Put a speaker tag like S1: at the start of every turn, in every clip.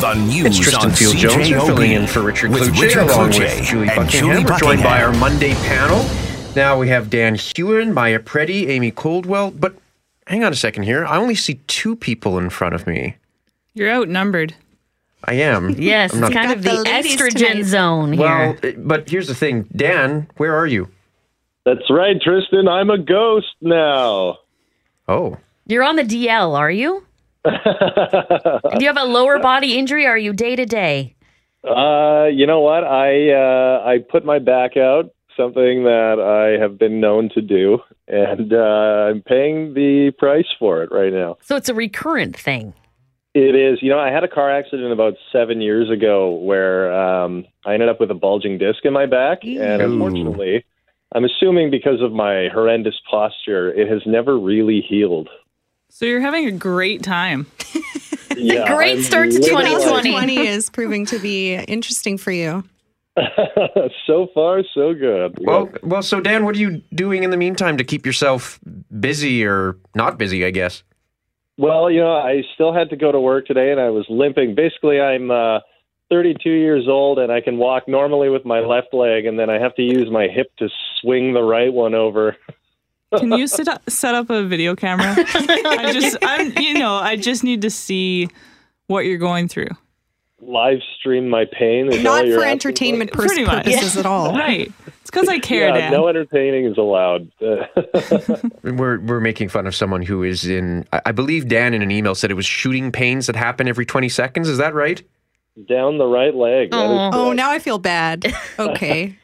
S1: The news
S2: It's Tristan
S1: on
S2: Field Jones
S1: CJOB
S2: filling in for Richard
S1: with
S2: Kluche,
S1: Richard
S2: along
S1: Kluche
S2: with Julie
S1: and
S2: Buckingham.
S1: Julie
S2: We're joined by
S1: Buckingham.
S2: our Monday panel. Now we have Dan Hewin, Maya Preddy, Amy Coldwell. But hang on a second here. I only see two people in front of me.
S3: You're outnumbered.
S2: I am.
S4: Yes,
S2: I'm
S4: it's
S2: not-
S4: kind of the,
S5: the ladies
S4: estrogen
S5: tonight.
S4: zone here.
S2: Well, it- but here's the thing, Dan. Where are you?
S6: That's right, Tristan. I'm a ghost now.
S2: Oh,
S4: You're on the DL, are you?
S6: Uh,
S2: uh,
S4: Do you have a lower body injury? Are you day to day?
S6: Uh, you know what? I uh, I put my back out, something that I have been known to do, and uh, I'm paying the price for it right now.
S4: So it's a recurrent thing.
S6: It is. You know, I had a car accident about seven years ago where um, I ended up with a bulging disc in my back, and unfortunately, I'm assuming because of my horrendous posture, it has never really healed.
S3: So you're having a great time.
S6: yeah,
S4: great
S6: I'm
S4: start to
S6: literally-
S4: 2020.
S5: 2020 is proving to be interesting for you.
S6: so far, so good.
S2: well, well. So Dan, what are you doing in the meantime to keep yourself busy or not busy? I guess.
S6: Well, you know, I still had to go to work today, and I was limping. Basically, I'm uh, 32 years old, and I can walk normally with my left leg, and then I have to use my hip to swing the right one over.
S3: Can you set up, set up a video camera? I just, I'm, you know, I just need to see what you're going through.
S6: Live stream my pain. Is all
S5: Not
S6: you're
S5: for
S6: asking
S5: entertainment
S3: for. Pretty
S5: pur-
S3: much.
S5: purposes at all.
S3: Right. It's because I
S6: for.
S3: care,
S6: Oh. Yeah,
S3: Dan.
S6: no entertaining is allowed.
S2: We're we're making fun of someone who is in. I I believe Dan in an email said it was shooting pains that happen every twenty seconds. Is that right?
S6: Down the right leg. That is
S5: Oh, now I feel bad. Okay.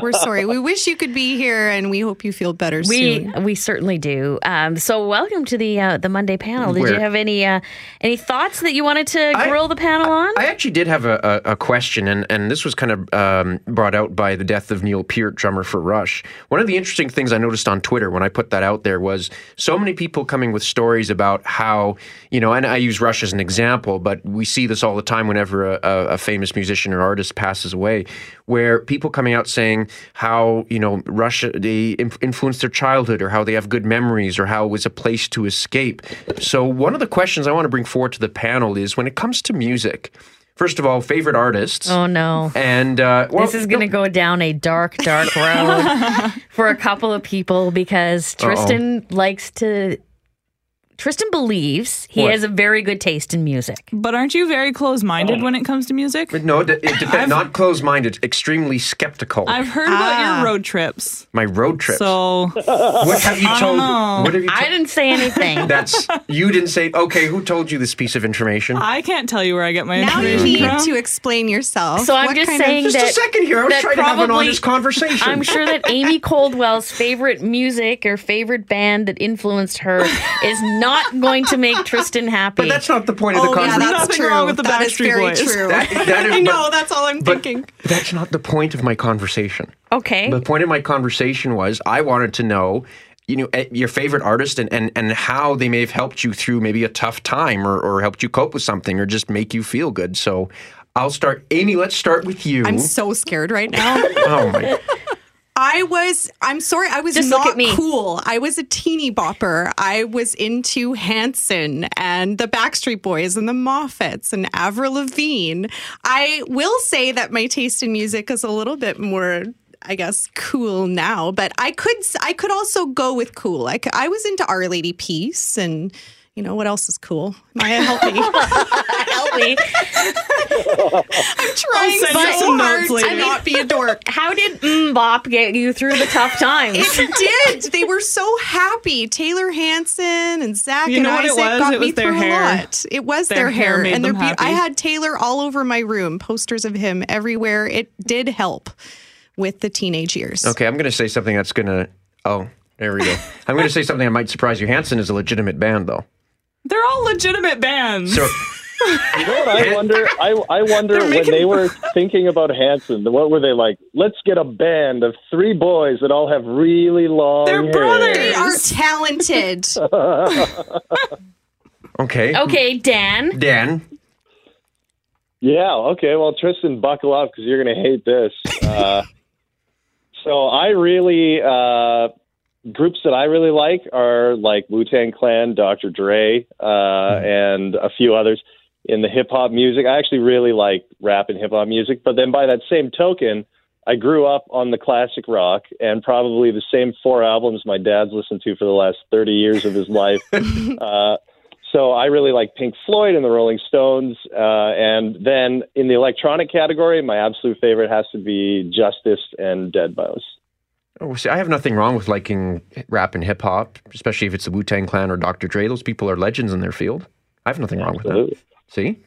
S5: We're sorry. We wish you could be here and we hope you feel better
S4: We
S5: soon.
S4: we certainly do. Um, so welcome to the uh, the Monday panel. Did
S2: Where-
S4: you have any uh, any thoughts that you wanted to
S2: I-
S4: grill the panel on?
S2: I actually did have a, a, a question, and, and this was kind of um, brought out by the death of Neil Peart, drummer for Rush. One of the interesting things I noticed on Twitter when I put that out there was so many people coming with stories about how, you know, and I use Rush as an example, but we see this all the time whenever a, a, a famous musician or artist passes away, where people coming out saying how, you know, Rush, they inf- influenced their childhood or how they have good memories or how it was a place to escape. So, one of the questions I want to bring forward to the panel is when it comes to music, First of all, favorite artists.
S4: oh no.
S2: And uh, well,
S4: this is going to go down a dark, dark road for a couple of people because Tristan likes to. Tristan believes he
S2: What?
S4: has a very good taste in music.
S3: But aren't you very close
S6: Oh.
S3: minded when it comes to music?
S2: No, it depends. Not closed-minded, extremely skeptical.
S3: I've heard about
S5: Ah.
S3: your road trips.
S2: My road trips.
S3: So
S2: what have you
S3: I don't
S2: told?
S3: know.
S2: What have you?
S4: I
S2: told?
S4: didn't say anything.
S2: That's you didn't say. Okay, who told you this piece of information?
S3: I can't tell you where I get my
S5: now you
S3: information
S5: need
S3: from.
S5: to explain yourself.
S4: So I'm
S5: What
S4: just
S5: kind of-
S4: saying
S2: Just
S4: that-
S2: a second here. I was
S4: that
S2: trying to have an
S4: probably-
S2: honest conversation.
S4: I'm sure that Amy Coldwell's favorite music or favorite band that influenced her is not going to make Tristan happy.
S2: but that's not the point of the
S5: oh, yeah,
S2: conversation.
S5: that's
S3: Nothing
S5: true.
S3: wrong with the
S5: That is
S3: Backstreet
S5: very
S3: Boys.
S5: true.
S2: That- that is-
S5: I know.
S2: but-
S5: that's all I'm
S2: but
S5: thinking.
S2: that's not the point of my conversation.
S4: okay.
S2: The point of my conversation was I wanted to know, you know, eh, your favorite artist and, and, and how they may have helped you through maybe a tough time or, or helped you cope with something or just make you feel good. So I'll start. Amy, let's start with you.
S5: I'm so scared right now.
S2: oh my.
S5: I was, I'm sorry, I was
S4: Just look
S5: not
S4: at me.
S5: cool. I was a teeny bopper. I was into Hanson and the Backstreet Boys and the Moffats and Avril Lavigne. I will say that my taste in music is a little bit more. I guess cool now, but I could I could also go with cool. Like I was into Our Lady Peace, and you know what else is cool? Maya, help me! I'm
S4: Help me.
S5: trying
S3: send you
S5: so
S3: some
S5: hard
S3: notes later.
S5: to not be a dork.
S4: How did Mbop get you through the tough times?
S5: It did. They were so happy. Taylor Hansen and Zach
S3: You
S5: and
S3: know what it
S5: Isaac
S3: was?
S5: got
S3: It
S5: me
S3: was their
S5: through
S3: hair.
S5: a lot. It was
S3: Their
S5: their,
S3: hair
S5: hair,
S3: made
S5: and their
S3: them
S5: beau-
S3: happy.
S5: I had Taylor all over my room, posters of him everywhere. It did help with the teenage years.
S2: Okay, I'm going to say something that's going to. Oh, there we go. I'm going to say something that might surprise you. Hanson is a legitimate band, though.
S3: They're all legitimate bands.
S2: So
S6: You know what I wonder? I, I wonder when they were thinking about Hanson, what were they like? Let's get a band of three boys that all have really long
S3: They're
S6: hair.
S5: They
S3: brothers.
S5: are talented.
S2: okay,
S5: Oh.
S4: Okay, Dan.
S2: Dan.
S6: Yeah, okay. Well, Tristan, buckle up because you're going to hate this. Uh, so I really, uh, groups that I really like are like Wu Tang Clan, Dr. Dre, uh, and a few others. in the hip hop music. I actually really like rap and hip hop music, but then by that same token, I grew up on the classic rock and probably the same four albums my dad's listened to for the last 30 years of his life. uh, so I really like Pink Floyd and the Rolling Stones. Uh, and then in the electronic category, my absolute favorite has to be Justice and Dead Mouse.
S2: Oh, see, I have nothing wrong with liking rap and hip hop, especially if it's the Wu Tang Clan or Dr. Dre. Those people are legends in their field. I have nothing wrong with that.
S6: Absolutely.
S2: See?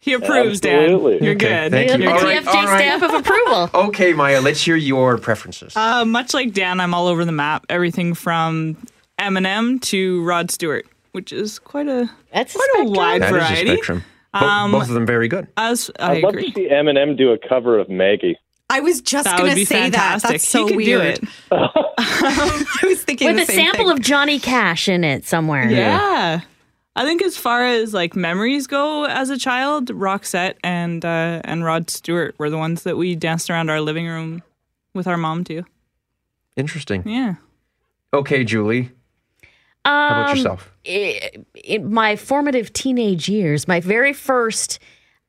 S3: He approves, Dan.
S6: Absolutely.
S3: You're
S2: Okay,
S3: good.
S2: thank
S4: The
S2: you. All right,
S4: TFJ
S2: all right.
S4: stamp of approval.
S2: Okay, Maya, let's hear your preferences.
S3: Uh, much like Dan, I'm all over the map. Everything from Eminem to Rod Stewart, which is quite a
S4: That's a
S3: quite a
S4: spectrum.
S3: wide
S2: That is
S3: variety.
S2: a spectrum. Bo-
S4: Um,
S2: both of them very good.
S3: As I
S6: I'd love to
S3: agree,
S6: see Eminem do a cover of Maggie.
S5: I was just
S3: that
S5: going
S3: would
S5: to
S3: be
S5: say
S3: fantastic.
S5: that. That's so
S3: he could do
S5: weird.
S3: it.
S5: I was thinking
S4: With
S5: the
S4: a
S5: same
S4: sample
S5: thing.
S4: of Johnny Cash in it somewhere.
S3: Yeah. I think as far as like memories go as a child, Roxette and uh, and Rod Stewart were the ones that we danced around our living room with our mom to.
S2: Interesting.
S3: Yeah.
S2: Okay, Julie, how about
S4: Um,
S2: yourself?
S4: i- in my formative teenage years, my very first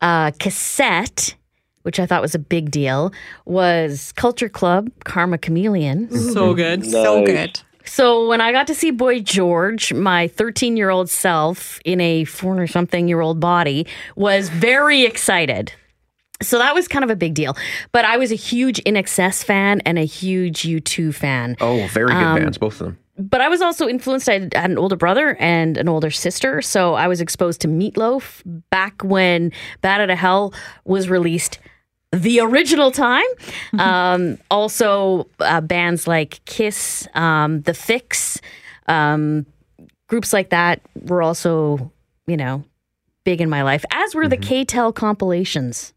S4: uh, cassette, which I thought was a big deal, was Culture Club Karma Chameleon.
S3: So good.
S5: so
S6: Nice.
S5: good.
S4: So when I got to see Boy George, my 13 year old self in a four or something year old body was very excited. So that was kind of a big deal. But I was a huge In Excess fan and a huge U2 fan
S2: Oh, very good
S4: um,
S2: bands, both of them.
S4: but I was also influenced. I had an older brother and an older sister, so I was exposed to Meatloaf back when Bad Outta Hell was released the original time.
S2: Mm-hmm.
S4: Um, also, uh, bands like Kiss, um, The Fix, um, groups like that were also, you know, big in my life, as were the K-Tel compilations.
S2: Mm-hmm.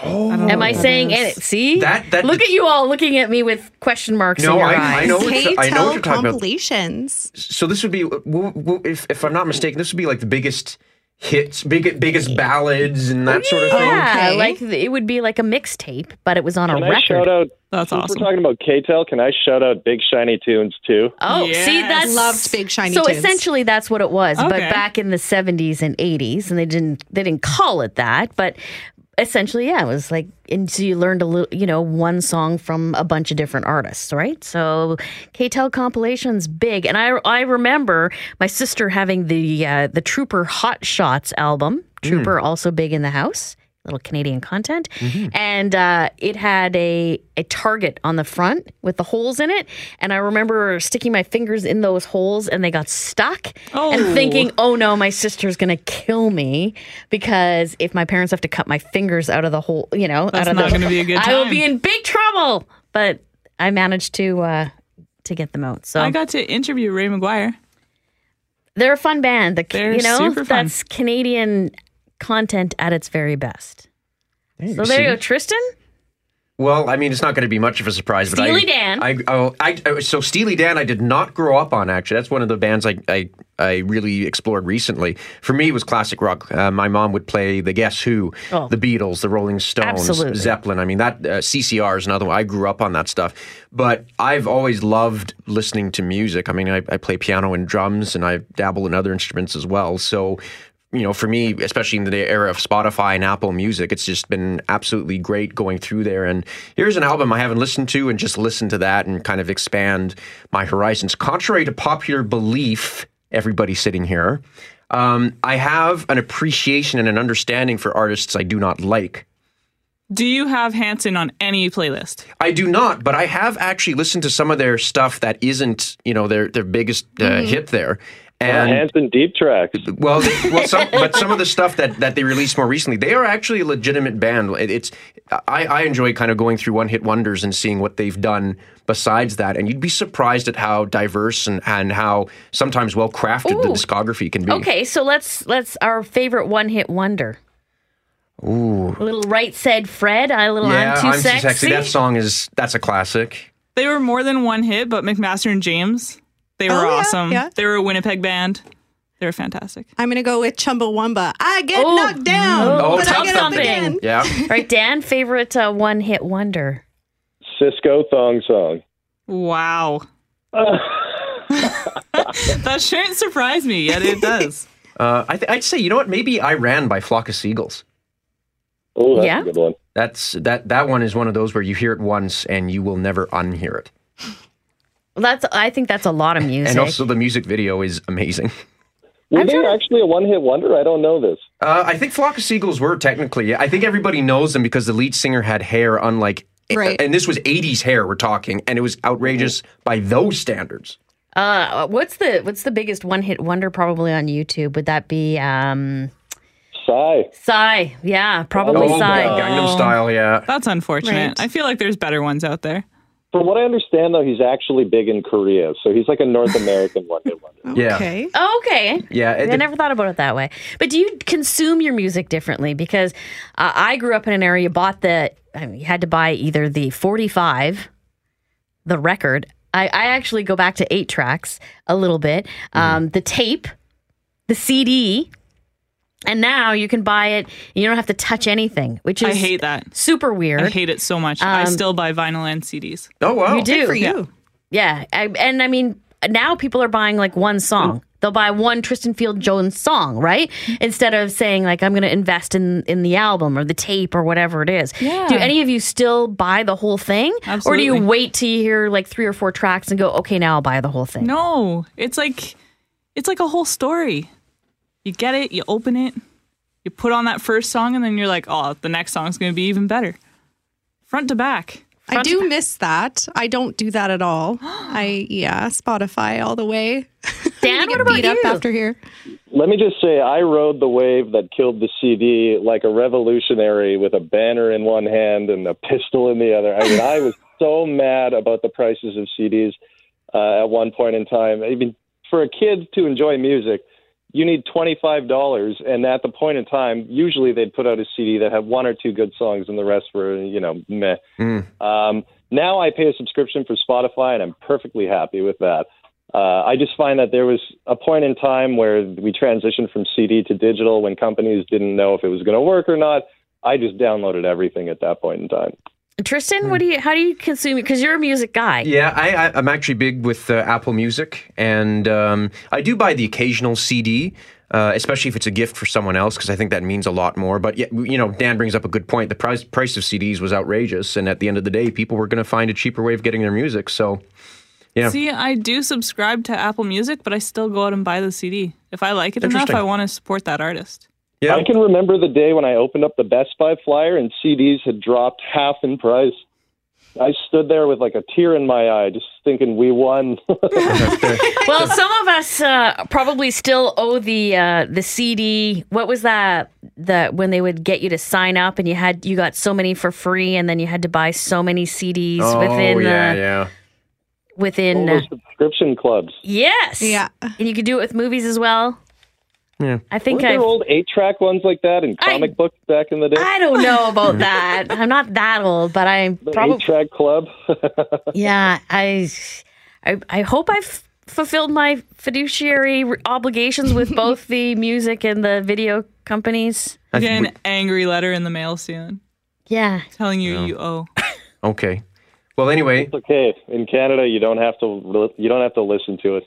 S2: Oh,
S4: Am I
S3: that
S4: saying
S3: is-
S4: it? See?
S2: That- that-
S4: Look at you all looking at me with question marks
S2: No,
S4: in your
S2: I-
S4: eyes.
S2: I know what you're- I know what
S5: K-Tel
S2: you're talking about.
S5: compilations.
S2: so this would be w- w- if if I'm not mistaken, this would be like the biggest hits, big, biggest ballads, and that sort of thing.
S4: Oh, Yeah,
S5: Okay.
S4: like th- it would be like a mixtape, but it was on
S6: Can
S4: a
S6: I shout
S4: record.
S6: out?
S3: That's
S6: since
S3: awesome.
S6: We're talking about K-Tel. Can I shout out Big Shiny Tunes too?
S4: Oh, see,
S3: Yes.
S4: that's
S5: Loved Big Shiny
S4: So
S5: Tunes.
S4: essentially, that's what it was. But
S3: Okay.
S4: back in the seventies and eighties, and they didn't they didn't call it that, but essentially, yeah, it was like. And so you learned a little, you know, one song from a bunch of different artists, right? So KTEL compilations big, and I I remember my sister having the uh, the Trooper Hot Shots album. Trooper also big in the house. Little Canadian content, and uh, it had a a target on the front with the holes in it, and I remember sticking my fingers in those holes, and they got stuck.
S3: Oh.
S4: And thinking, oh no, my sister's gonna kill me because if my parents have to cut my fingers out of the hole, you know,
S3: That's
S4: out of
S3: not
S4: the,
S3: gonna be a good
S4: I will be
S3: time.
S4: in big trouble. But I managed to uh, to get them out. So
S3: I got to interview Ray McGuire.
S4: they're a fun band. The,
S3: They're
S4: you know,
S3: super fun.
S4: that's Canadian content at its very best. So there you go, Tristan.
S2: Well, I mean, it's not going to be much of a surprise. But
S4: Steely
S2: I,
S4: Dan.
S2: I, oh, I, I- so Steely Dan, I did not grow up on. Actually, that's one of the bands I, I, I really explored recently. For me, it was classic rock. Uh, my mom would play the Guess Who,
S4: Oh.
S2: the Beatles, the Rolling Stones,
S4: Absolutely.
S2: Zeppelin. I mean, that uh, CCR is another one. I grew up on that stuff. But I've always loved listening to music. I mean, I, I play piano and drums, and I dabble in other instruments as well. So you know, for me, especially in the era of Spotify and Apple Music, it's just been absolutely great going through there. And here's an album I haven't listened to, and just listen to that and kind of expand my horizons. Contrary to popular belief, everybody sitting here, um, I have an appreciation and an understanding for artists I do not like.
S3: Do you have Hanson on any playlist?
S2: I do not, but I have actually listened to some of their stuff that isn't, you know, their their biggest uh,
S4: Mm-hmm.
S2: hit there. And
S6: Hanson Deep Tracks.
S2: Well, they, well, some, but some of the stuff that, that they released more recently, they are actually a legitimate band. It, it's I, I enjoy kind of going through one hit wonders and seeing what they've done besides that, and you'd be surprised at how diverse and, and how sometimes well crafted the
S4: Ooh.
S2: discography can be.
S4: Okay, so let's let's our favorite one hit wonder. Ooh, a little right said Fred. I little
S2: yeah,
S4: I'm too sexy.
S2: That song is that's a classic.
S3: They were more than one hit, but McMaster and James, they were
S5: Oh, yeah,
S3: awesome.
S5: yeah.
S3: They were a Winnipeg band. They were fantastic.
S5: I'm going to go with Chumbawamba. I get
S4: Oh,
S5: knocked down,
S4: no.
S5: but
S4: Tell
S5: I get up
S4: something.
S5: again.
S2: Yeah,
S4: right, Dan. Favorite uh, one hit wonder.
S6: Cisco Thong Song.
S3: Wow. that shouldn't surprise me, yet it does.
S2: Uh, I th- I'd say you know what? Maybe I ran by Flock of Seagulls.
S6: Oh, that's
S4: Yeah?
S6: a good one.
S2: That's that that one is one of those where you hear it once and you will never unhear it.
S4: Well, that's I think that's a lot of music.
S2: And also the music video is amazing.
S6: Were
S4: I'm
S6: they
S4: trying to-
S6: actually a one-hit wonder? I don't know this.
S2: Uh, I think Flock of Seagulls were technically. I think everybody knows them because the lead singer had hair unlike.
S5: Right.
S2: And this was 80s hair we're talking, and it was outrageous
S4: Mm-hmm.
S2: by those standards.
S4: uh, what's the what's the biggest one hit wonder probably on YouTube? Would that be um
S6: Sigh.
S4: Psy? Yeah, probably
S2: oh,
S4: Psy.
S2: yeah, Gangnam Style, yeah.
S3: That's unfortunate.
S5: Right.
S3: I feel like there's better ones out there.
S6: From what I understand, though, he's actually big in Korea, so he's like a North American one-hit wonder.
S2: Yeah.
S5: Okay.
S4: Oh, okay.
S2: Yeah, it-
S4: I never thought about it that way. But do you consume your music differently? Because uh, I grew up in an area you bought the, I mean, you had to buy either the 45, the record. I, I actually go back to eight tracks a little bit,
S2: Mm-hmm.
S4: um, the tape, the CD. And now you can buy it. You don't have to touch anything, which is
S3: I hate that.
S4: super weird.
S3: I hate it so much. I
S5: Um,
S3: still buy vinyl and CDs.
S2: Oh, wow.
S4: you do.
S5: For you.
S4: Yeah, I, and I mean now people are buying like one
S5: Mm-hmm.
S4: song. They'll buy one Tristan Field Jones song, right? Instead of saying like I'm going to invest in in the album or the tape or whatever it is.
S3: Yeah.
S4: Do any of you still buy the whole thing, or do
S3: Absolutely.
S4: you wait till you hear like three or four tracks and go, okay, now I'll buy the whole thing?
S3: No, it's like it's like a whole story. You get it, you open it, you put on that first song, and then you're like, oh, the next song's going to be even better. Front to back.
S5: I do miss that. I don't do that at all. I yeah, Spotify all the way.
S4: Dan, what
S5: Get
S4: about
S5: beat
S4: you?
S5: up after here.
S6: Let me just say, I rode the wave that killed the CD like a revolutionary with a banner in one hand and a pistol in the other. I mean, I was so mad about the prices of CDs uh, at one point in time. I mean, for a kid to enjoy music, you need $25. And at the point in time, usually they'd put out a CD that had one or two good songs and the rest were, you know, meh. Um, now I pay a subscription for Spotify, and I'm perfectly happy with that. Uh, I just find that there was a point in time where we transitioned from CD to digital when companies didn't know if it was going to work or not. I just downloaded everything at that point in time.
S4: Tristan,
S5: Mm.
S4: what do you? How do you consume? Because you're a music guy.
S2: Yeah, I, I, I'm actually big with uh, Apple Music, and um, I do buy the occasional CD, uh, especially if it's a gift for someone else, because I think that means a lot more. But yeah, you know, Dan brings up a good point. The price price of CDs was outrageous, and at the end of the day, people were going to find a cheaper way of getting their music. So Yeah.
S3: See, I do subscribe to Apple Music, but I still go out and buy the CD. If I like it enough,
S2: Interesting.
S3: I want to support that artist.
S2: yeah,
S6: I can remember the day when I opened up the Best Buy flyer and CDs had dropped half in price. I stood there with like a tear in my eye, just thinking we won.
S4: Well, some of us uh, probably still owe the uh, the CD. What was that? The when they would get you to sign up, and you had you got so many for free, and then you had to buy so many CDs
S2: oh
S4: within
S2: yeah,
S4: uh,
S2: yeah.
S6: All
S4: within. Uh,
S6: those subscription clubs.
S4: yes.
S5: Yeah.
S4: And you could do it with movies as well.
S2: Yeah.
S4: I think
S6: Weren't there
S4: I.
S6: old eight-track ones like that in comic books back in the day?
S4: I don't know about that. I'm not that old, but I'm
S6: the
S4: probably.
S6: eight-track club.
S4: Yeah. I. I, I hope I've fulfilled my fiduciary r- obligations with both the music and the video companies.
S2: I
S3: Get
S2: think
S3: an angry letter in the mail soon
S4: Yeah.
S3: telling you you owe.
S2: we- okay. Well, anyway,
S6: It's okay. In Canada, you don't have to you don't have to listen to it.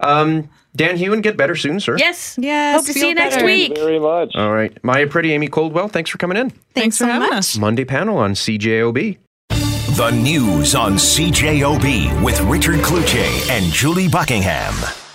S2: um, Dan Hewen, get better soon, sir.
S4: Yes.
S5: Yes,
S4: Hope to
S5: feel
S4: see you next
S5: better.
S4: week.
S6: Thank you very much.
S2: All right, Maya Pretty, Amy Coldwell, thanks for coming in.
S5: Thanks,
S3: for
S5: so
S3: having
S5: much.
S3: us.
S2: Monday panel on CJOB.
S1: The news on CJOB with Richard Kluche and Julie Buckingham.